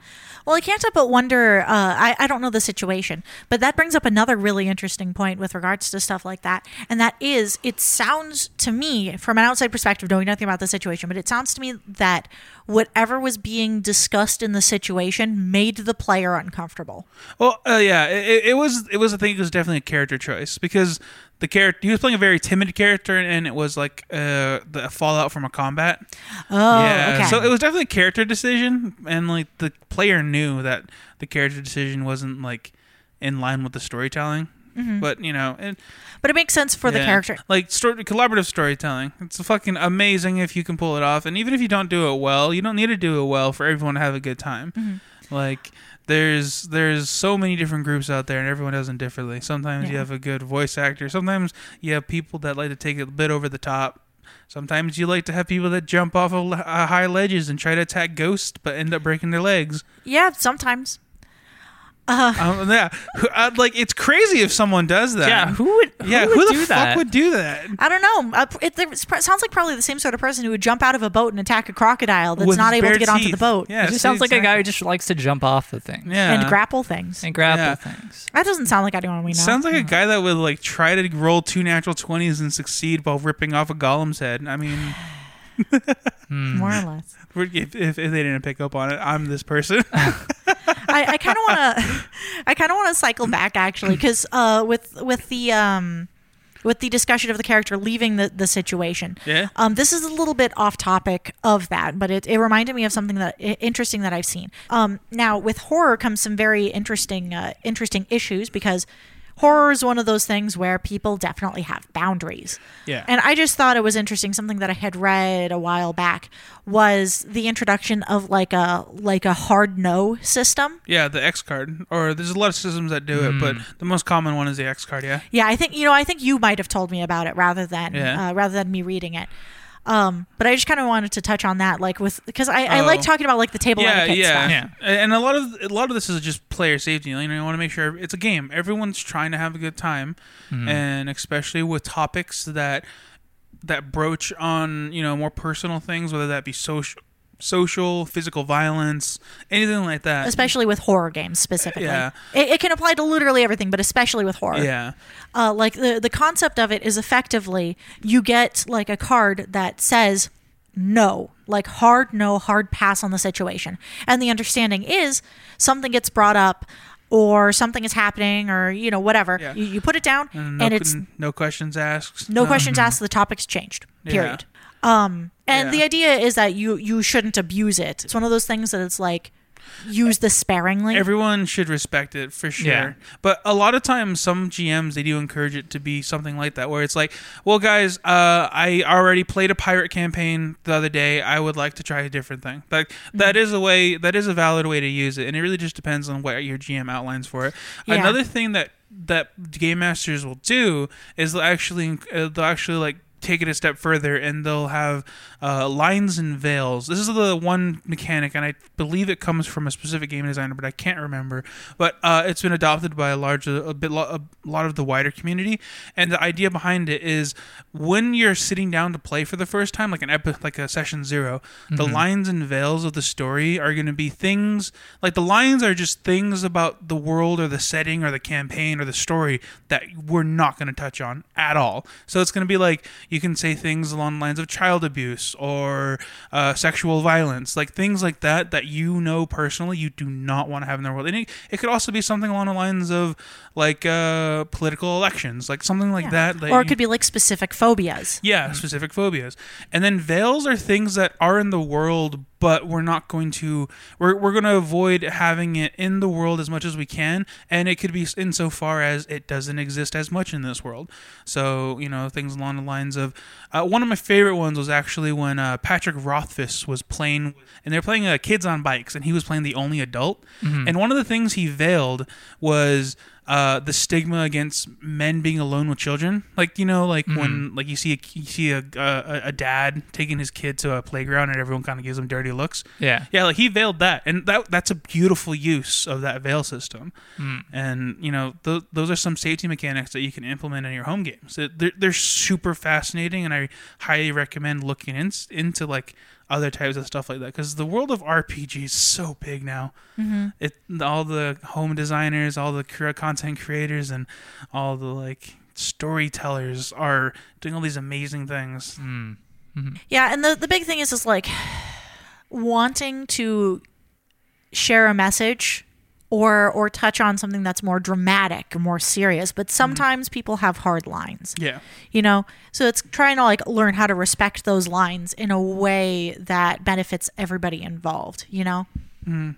Speaker 2: Well, I can't help but wonder. Uh, I, I don't know the situation, but that brings up another really interesting point with regards to stuff like that. And that is, it sounds to me, from an outside perspective, knowing nothing about the situation, but it sounds to me that whatever was being discussed in the situation made the player uncomfortable.
Speaker 3: Well, uh, yeah, it, it was. It was. I think it was definitely a character choice because the character he was playing a very timid character, and it was like uh, the fallout from a combat.
Speaker 2: Oh,
Speaker 3: yeah.
Speaker 2: okay.
Speaker 3: So it was definitely a character decision, and like the player knew that the character decision wasn't like in line with the storytelling.
Speaker 2: Mm-hmm.
Speaker 3: But you know, and
Speaker 2: but it makes sense for the
Speaker 3: yeah.
Speaker 2: character.
Speaker 3: Like story, collaborative storytelling. It's fucking amazing if you can pull it off. And even if you don't do it well, you don't need to do it well for everyone to have a good time.
Speaker 1: Mm-hmm.
Speaker 3: Like there's there's so many different groups out there and everyone does them differently. Sometimes you
Speaker 2: Yeah.
Speaker 3: have a good voice actor. Sometimes you have people that like to take it a bit over the top. Sometimes you like to have people that jump off of le- uh, high ledges and try to attack ghosts but end up breaking their legs.
Speaker 2: Yeah, sometimes.
Speaker 3: um, yeah, I'd, like it's crazy if someone does that.
Speaker 1: Yeah, who would? Who
Speaker 3: yeah,
Speaker 1: would
Speaker 3: who the
Speaker 1: do
Speaker 3: fuck
Speaker 1: that?
Speaker 3: would do that?
Speaker 2: I don't know. Uh, It, it sounds like probably the same sort of person who would jump out of a boat and attack a crocodile that's
Speaker 3: With
Speaker 2: not able
Speaker 3: bare
Speaker 2: to get onto the
Speaker 3: teeth.
Speaker 2: boat
Speaker 3: Yeah,
Speaker 1: it
Speaker 3: see,
Speaker 1: just sounds like a guy
Speaker 3: exactly.
Speaker 1: who just likes to jump off the thing
Speaker 3: yeah.
Speaker 2: and grapple things.
Speaker 1: and grapple
Speaker 3: Yeah.
Speaker 1: things.
Speaker 2: That doesn't sound like anyone we know.
Speaker 3: Sounds like a guy that would like try to roll two natural twenties and succeed while ripping off a golem's head. I mean,
Speaker 2: more or less.
Speaker 3: we're- if, if, if they didn't pick up on it, I'm this person.
Speaker 2: I, I kind of want to, I kind of want to cycle back actually, because uh, with with the um, with the discussion of the character leaving the the situation.
Speaker 3: Yeah.
Speaker 2: Um, this is a little bit off topic of that, but it, it reminded me of something that i- interesting that I've seen. Um, now with horror comes some very interesting uh, interesting issues because. Horror is one of those things where people definitely have boundaries.
Speaker 3: Yeah.
Speaker 2: And I just thought it was interesting. Something that I had read a while back was the introduction of like a like a hard no system.
Speaker 3: yeah, the X card, or there's a lot of systems that do it, but the most common one is the X card. Yeah,
Speaker 2: Yeah, I think you know. I think you might have told me about it rather than
Speaker 3: Yeah.
Speaker 2: uh, rather than me reading it. Um, but I just kind of wanted to touch on that, like with because I, I
Speaker 3: Oh.
Speaker 2: like talking about like the table
Speaker 3: yeah,
Speaker 2: etiquette
Speaker 3: yeah.
Speaker 2: stuff.
Speaker 1: Yeah.
Speaker 3: And a lot of a lot of this is just player safety. You know, you want to make sure it's a game. Everyone's trying to have a good time, and especially with topics that that broach on you know more personal things, whether that be social, social, physical violence, anything like that.
Speaker 2: Especially with horror games specifically.
Speaker 3: Yeah.
Speaker 2: It, it can apply to literally everything, but especially with horror.
Speaker 3: Yeah.
Speaker 2: uh, like the the concept of it is effectively you get like a card that says no like hard no hard pass on the situation and the understanding is something gets brought up or something is happening or you know whatever
Speaker 3: Yeah.
Speaker 2: you, you put it down
Speaker 3: And
Speaker 2: and,
Speaker 3: no,
Speaker 2: it's
Speaker 3: no questions asked.
Speaker 2: no questions asked the topic's changed period um and
Speaker 3: Yeah.
Speaker 2: the idea is that you you shouldn't abuse it it's one of those things that it's like use this sparingly
Speaker 3: Everyone should respect it for sure.
Speaker 1: Yeah.
Speaker 3: But a lot of times, some GMs they do encourage it to be something like that, where it's like, "Well, guys, uh, I already played a pirate campaign the other day. I would like to try a different thing." Like that is a way. That is a valid way to use it, and it really just depends on what your GM outlines for it.
Speaker 2: Yeah.
Speaker 3: Another thing that that game masters will do is they'll actually uh, they'll actually like take it a step further, and they'll have uh, lines and veils. This is the one mechanic, and I believe it comes from a specific game designer, but I can't remember. But uh, it's been adopted by a large, a bit, lo- a lot of the wider community, and the idea behind it is when you're sitting down to play for the first time, like an epi- like a session 0 the lines and veils of the story are going to be things like the lines are just things about the world or the setting or the campaign or the story that we're not going to touch on at all. So it's going to be like you can say things along the lines of child abuse or uh, sexual violence, like things like that that you know personally you do not want to have in the world. And it, it could also be something along the lines of like uh, political elections, like something like that. that
Speaker 2: or
Speaker 3: you-
Speaker 2: it could be like specific phobias.
Speaker 3: yeah, specific phobias. And then veils are things that are in the world, but we're not going to we're we're going to avoid having it in the world as much as we can, and it could be insofar as it doesn't exist as much in this world. So you know things along the lines of uh, one of my favorite ones was actually when uh, Patrick Rothfuss was playing, and they're playing uh, Kids on Bikes, and he was playing the only adult. And one of the things he veiled was uh, the stigma against men being alone with children. Like you know, like when like you see a, you see a, a a dad taking his kid to a playground and everyone kind of gives him dirty looks.
Speaker 1: Yeah.
Speaker 3: Yeah, like he veiled that, and that that's a beautiful use of that veil system. And you know, th- those are some safety mechanics that you can implement in your home games. It- They're, they're super fascinating, and I highly recommend looking in, into like other types of stuff like that because the world of RPG is so big now. It all the home designers, all the cre- content creators, and all the like storytellers are doing all these amazing things.
Speaker 2: Yeah, and the the big thing is is like wanting to share a message or or touch on something that's more dramatic, more serious, but sometimes people have hard lines.
Speaker 3: Yeah.
Speaker 2: You know, so it's trying to like learn how to respect those lines in a way that benefits everybody involved, you know? Mm-hmm.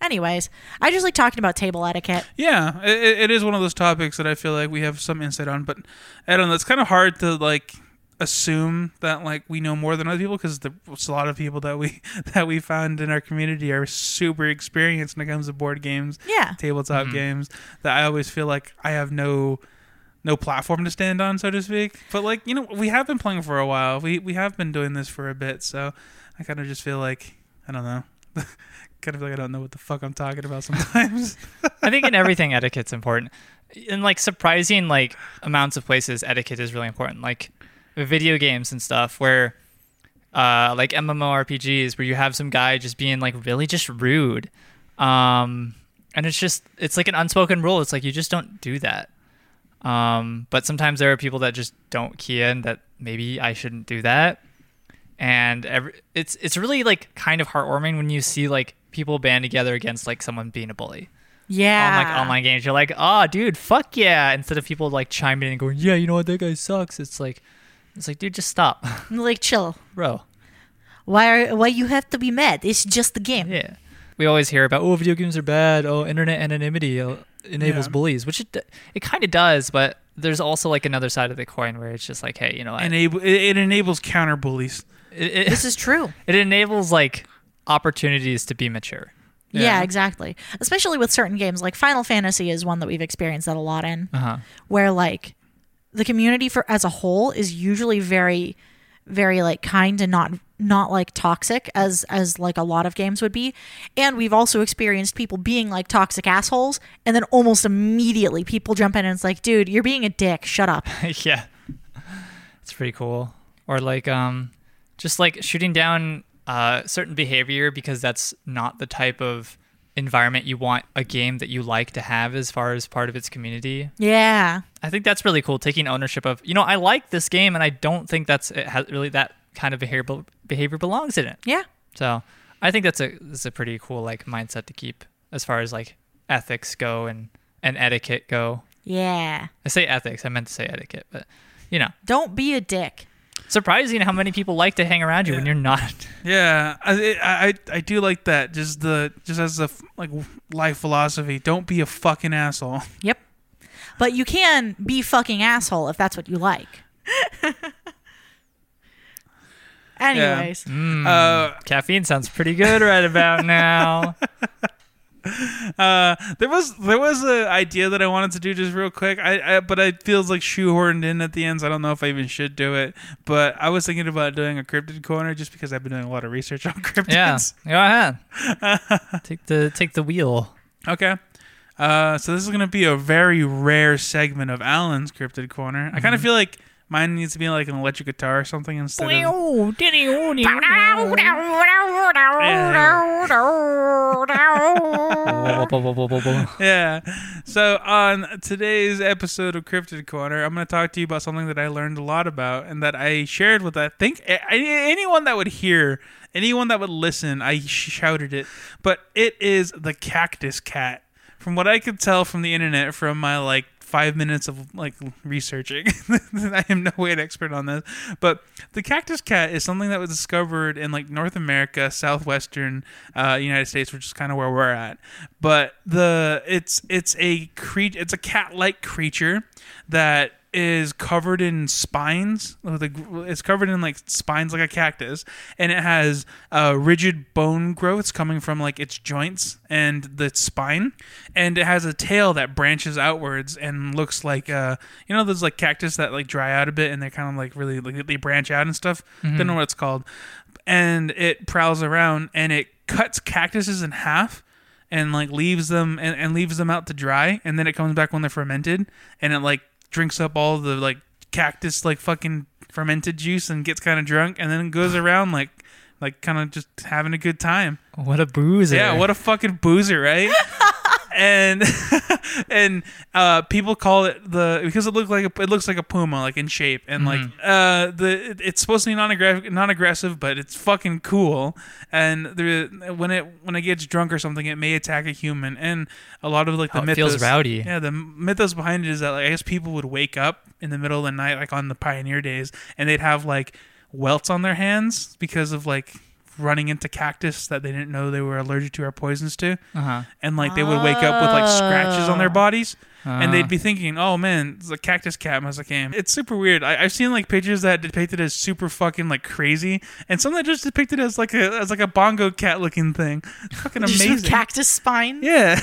Speaker 2: Anyways, I just like talking about table etiquette.
Speaker 3: Yeah, it, it- it is one of those topics that I feel like we have some insight on, but I don't know. It's kind of hard to like assume that like we know more than other people because there's a lot of people that we that we found in our community are super experienced when it comes to board games,
Speaker 2: Yeah.
Speaker 3: tabletop games. That I always feel like I have no no platform to stand on, so to speak. But like you know, we have been playing for a while. We we have been doing this for a bit, so I kind of just feel like I don't know. kind of like I don't know what the fuck I'm talking about sometimes.
Speaker 1: I think in everything etiquette's important. In like surprising like amounts of places etiquette is really important. Like video games and stuff where uh like MMORPGs where you have some guy just being like really just rude. Um and it's just it's like an unspoken rule. It's like you just don't do that. Um but sometimes there are people that just don't key in that maybe I shouldn't do that. And every, it's it's really like kind of heartwarming when you see like people band together against like someone being a bully on
Speaker 2: Yeah.
Speaker 1: like online games. You're like, oh, dude, fuck yeah! Instead of people like chiming in and going, yeah, you know what, that guy sucks. It's like, it's like, dude, just stop,
Speaker 2: Like chill.
Speaker 1: bro.
Speaker 2: Why are why you have to be mad? It's just the game.
Speaker 1: Yeah, we always hear about oh, video games are bad. Oh, internet anonymity uh, enables
Speaker 3: Yeah.
Speaker 1: bullies, which it d- it kind of does, but there's also like another side of the coin where it's just like, hey, you know, what?
Speaker 3: enable it, it enables counter bullies.
Speaker 1: it,
Speaker 2: This
Speaker 1: it,
Speaker 2: is true.
Speaker 1: it enables like opportunities to be mature.
Speaker 2: Yeah.
Speaker 3: Yeah.
Speaker 2: exactly. Especially with certain games, like Final Fantasy is one that we've experienced that a lot in,
Speaker 1: Uh huh.
Speaker 2: where like the community for as a whole is usually very, very like kind and not not like toxic as as like a lot of games would be. And we've also experienced people being like toxic assholes, and then almost immediately people jump in and it's like, dude, you're being a dick. Shut up.
Speaker 1: yeah. It's pretty cool. Or like um just like shooting down uh certain behavior because that's not the type of environment you want a game that you like to have as far as part of its community.
Speaker 2: Yeah.
Speaker 1: I think that's really cool taking ownership of, you know, I like this game and I don't think that's it has really that kind of behavior behavior belongs in it.
Speaker 2: Yeah.
Speaker 1: So, I think that's a that's a pretty cool like mindset to keep as far as like ethics go and and etiquette go.
Speaker 2: Yeah.
Speaker 1: I say ethics, I meant to say etiquette, but you know,
Speaker 2: Don't be a dick.
Speaker 1: surprising how many people like to hang around you when you're not.
Speaker 3: Yeah, I, I I- I do like that. Just the just as a f- like life philosophy. Don't be a fucking asshole.
Speaker 2: Yep. But you can be fucking asshole if that's what you like. Anyways,
Speaker 3: Uh, Mm.
Speaker 1: Caffeine sounds pretty good right about now.
Speaker 3: Uh, there was there was an idea that I wanted to do just real quick. I, I but it feels like shoehorned in at the end. So I don't know if I even should do it. But I was thinking about doing a cryptid corner just because I've been doing a lot of research on
Speaker 1: Yeah,
Speaker 3: cryptids.
Speaker 1: go ahead. take the take the wheel.
Speaker 3: Okay. Uh, so this is gonna be a very rare segment of Alan's cryptid corner. I kind of feel like mine needs to be like an electric guitar or something instead of.
Speaker 1: Whoa, whoa, whoa, whoa, whoa, whoa, whoa.
Speaker 3: Yeah. So on today's episode of Cryptid Corner, I'm going to talk to you about something that I learned a lot about and that I shared with I think a- a- anyone that would hear, anyone that would listen, I sh- shouted it. But it is the cactus cat. From what I could tell from the internet, from my like five minutes of like researching. I am no way an expert on this, but the cactus cat is something that was discovered in like North America, southwestern uh, United States, which is kind of where we're at. But the it's it's a cre- it's a cat-like creature that is covered in spines. with a- It's covered in like spines like a cactus, and it has uh, rigid bone growths coming from like its joints and the spine, and it has a tail that branches outwards and looks like uh, you know those like cactus that like dry out a bit and they're kind of like really like, they branch out and stuff. Don't know what it's called, and it prowls around and it cuts cactuses in half and like leaves them and, and leaves them out to dry and then it comes back when they're fermented and it like drinks up all the like cactus like fucking fermented juice and gets kind of drunk and then goes around like like kind of just having a good time
Speaker 1: What a boozer.
Speaker 3: yeah, what a fucking boozer, right? and and uh, people call it the because it looked like a, it looks like a puma, like in shape, and like
Speaker 1: Mm-hmm.
Speaker 3: uh, the it- it's supposed to be non-aggressive, non-aggressive, but it's fucking cool. And the when it when it gets drunk or something, it may attack a human. And a lot of like the
Speaker 1: Oh, it
Speaker 3: mythos,
Speaker 1: feels rowdy.
Speaker 3: Yeah, the mythos behind it is that like, I guess people would wake up in the middle of the night, like on the pioneer days, and they'd have like welts on their hands because of like running into cactus that they didn't know they were allergic to or poisonous to.
Speaker 1: Uh-huh.
Speaker 3: And like they would wake up with like scratches on their
Speaker 2: Oh.
Speaker 3: bodies, and
Speaker 1: Ah.
Speaker 3: they'd be thinking, "Oh man, it's a cactus cat must have came." It's super weird. I- I've seen like pictures that depict it as super fucking like crazy, and some that just depict it as like a as like a bongo cat looking thing. It's fucking
Speaker 2: Just
Speaker 3: amazing.
Speaker 2: with cactus spine.
Speaker 3: yeah.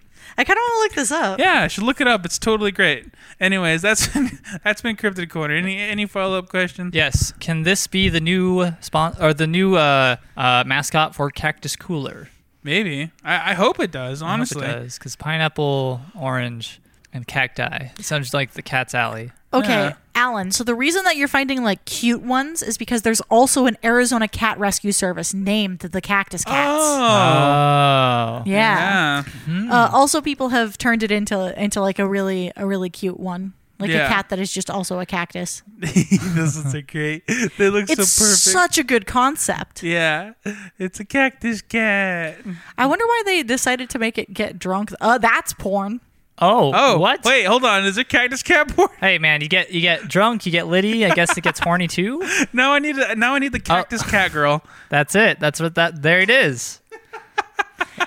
Speaker 2: I kind of want to look this up.
Speaker 3: Yeah, I should look it up. It's totally great. Anyways, that's been, that's been Cryptid Corner. Any any follow up questions?
Speaker 1: Yes. Can this be the new spon- or the new uh, uh, mascot for Cactus Cooler?
Speaker 3: Maybe. I, I hope it does. Honestly,
Speaker 1: because pineapple, orange, and cacti it sounds like the cat's alley.
Speaker 2: Okay,
Speaker 3: Yeah.
Speaker 2: Alan. So the reason that you're finding like cute ones is because there's also an Arizona cat rescue service named the Cactus Cats.
Speaker 3: Oh,
Speaker 1: Oh,
Speaker 2: Yeah.
Speaker 3: yeah.
Speaker 2: Uh, also, people have turned it into into like a really a really cute one, like
Speaker 3: Yeah.
Speaker 2: a cat that is just also a cactus.
Speaker 3: this is a great. They look
Speaker 2: It's
Speaker 3: so perfect.
Speaker 2: such a good concept.
Speaker 3: yeah, it's a cactus cat.
Speaker 2: I wonder why they decided to make it get drunk. Uh, that's porn.
Speaker 1: oh,
Speaker 3: Oh,
Speaker 1: what?
Speaker 3: Wait, hold on. Is it cactus cat porn?
Speaker 1: Hey man, you get you get drunk, you get litty. I guess it gets horny too.
Speaker 3: Now I need. A, now I need the cactus cat girl.
Speaker 1: That's it. That's what that. There it is.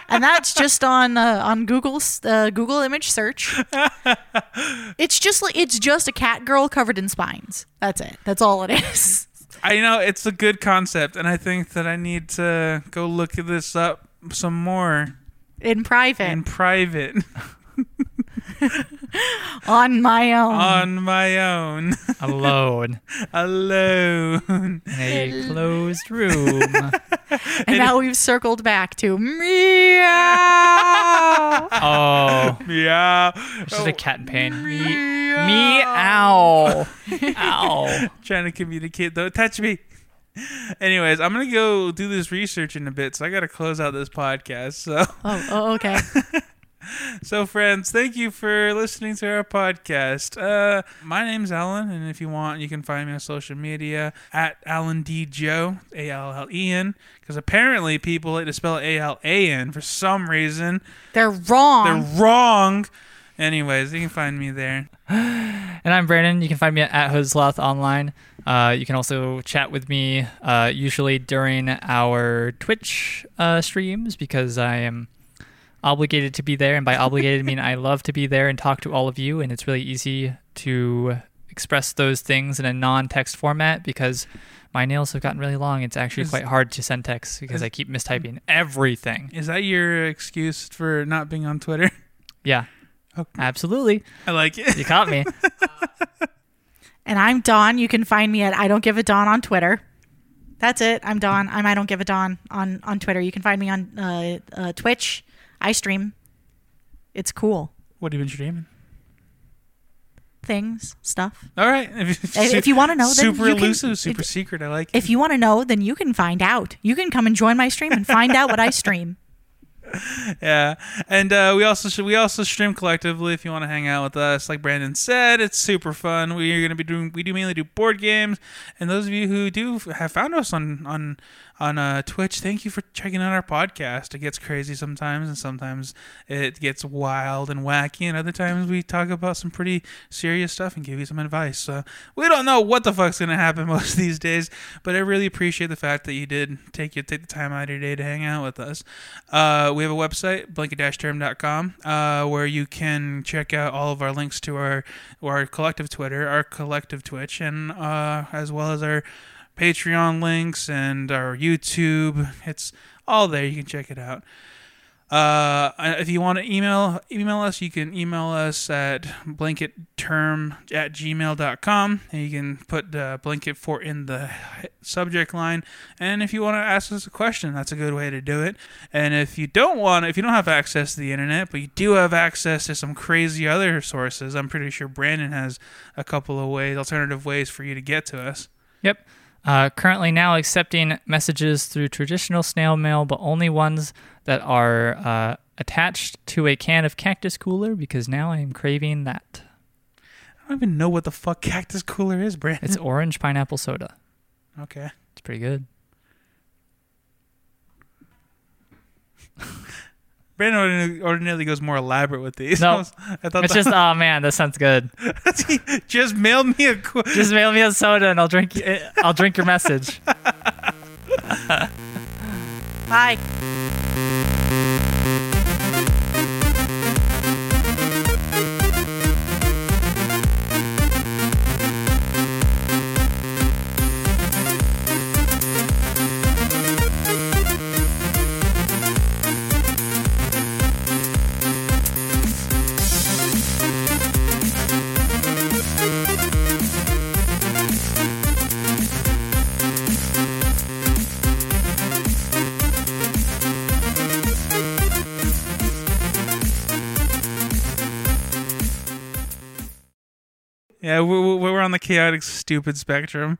Speaker 2: and that's just on uh, on Google's uh, Google image search. it's just like it's just a cat girl covered in spines. That's it. That's all it is.
Speaker 3: I know it's a good concept, and I think that I need to go look this up some more
Speaker 2: In private,
Speaker 3: in private
Speaker 2: on my own.
Speaker 3: on my own.
Speaker 1: Alone
Speaker 3: alone.
Speaker 1: in a closed room.
Speaker 2: and now we've circled back to meow.
Speaker 1: Oh,
Speaker 3: yeah.
Speaker 1: it's
Speaker 3: Oh,
Speaker 1: just a cat in pain. Me, meow, ow.
Speaker 3: Oh, Trying to communicate though. Touch me. Anyways, I'm gonna go do this research in a bit, so I gotta close out this podcast. So,
Speaker 2: oh, oh, okay.
Speaker 3: so friends, thank you for listening to our podcast. Uh, my name's Alan, and if you want, you can find me on social media at Alan D Joe A L L E N, because apparently people like to spell A L A N for some reason.
Speaker 2: They're
Speaker 3: They're
Speaker 2: wrong.
Speaker 3: wrong. Anyways, you can find me there.
Speaker 1: And I'm Brandon. You can find me at Hoodsloth online. Uh, you can also chat with me uh, usually during our Twitch uh, streams because I am obligated to be there. And by obligated, I mean I love to be there and talk to all of you. And it's really easy to express those things in a non-text format because my nails have gotten really long. It's actually
Speaker 3: Is-
Speaker 1: quite hard to send text because
Speaker 3: is-
Speaker 1: I keep mistyping everything.
Speaker 3: Is that your excuse for not being on Twitter?
Speaker 1: Yeah,
Speaker 3: Okay.
Speaker 1: absolutely.
Speaker 3: I like it.
Speaker 1: You caught me.
Speaker 2: And I'm Dawn. You can find me at I don't give a Dawn on Twitter. That's it. I'm Dawn. I'm I don't give a Dawn on on Twitter. You can find me on uh, uh, Twitch. I stream. It's cool
Speaker 3: What have you been streaming?
Speaker 2: things stuff.
Speaker 3: All right. If,
Speaker 2: If- if you wanna know, then
Speaker 3: super
Speaker 2: you can-
Speaker 3: elusive, super
Speaker 2: if-
Speaker 3: secret. I like it.
Speaker 2: If you want to know, then you can find out. You can come and join my stream and find out what I stream.
Speaker 3: Yeah, and uh, we also we also stream collectively. If you want to hang out with us, like Brandon said, it's super fun. We are going to be doing we do mainly do board games, and those of you who do f- have found us on on on uh, Twitch, thank you for checking out our podcast. It gets crazy sometimes, and sometimes it gets wild and wacky, and other times we talk about some pretty serious stuff and give you some advice. So we don't know what the fuck's going to happen most of these days, but I really appreciate the fact that you did take your take the time out of your day to hang out with us. Uh, we have a website, blanket-term.com, uh, where you can check out all of our links to our our collective Twitter, our collective Twitch, and uh, as well as our Patreon links and our YouTube. It's all there. You can check it out. Uh, if you want to email email us, you can email us at blanketterm at gmail.com. And you can put uh, blanket fort in the subject line. And if you want to ask us a question, that's a good way to do it. And if you don't want, if you don't have access to the internet, but you do have access to some crazy other sources, I'm pretty sure Brandon has a couple of ways, alternative ways for you to get to us.
Speaker 1: Yep. Uh, currently now accepting messages through traditional snail mail, but only ones that are uh, attached to a can of cactus cooler because now I am craving that.
Speaker 3: I don't even know what the fuck cactus cooler is, Brandon.
Speaker 1: It's orange pineapple soda.
Speaker 3: okay.
Speaker 1: It's pretty good.
Speaker 3: Brandon ordin- ordinarily goes more elaborate with these.
Speaker 1: No.
Speaker 3: I, was- I thought
Speaker 1: It's
Speaker 3: that-
Speaker 1: just, oh man, that sounds good.
Speaker 3: just mail me a qu-
Speaker 1: Just mail me a soda and I'll drink. y- I'll drink your message.
Speaker 2: Bye.
Speaker 3: Yeah, we're, we're on the chaotic, stupid spectrum.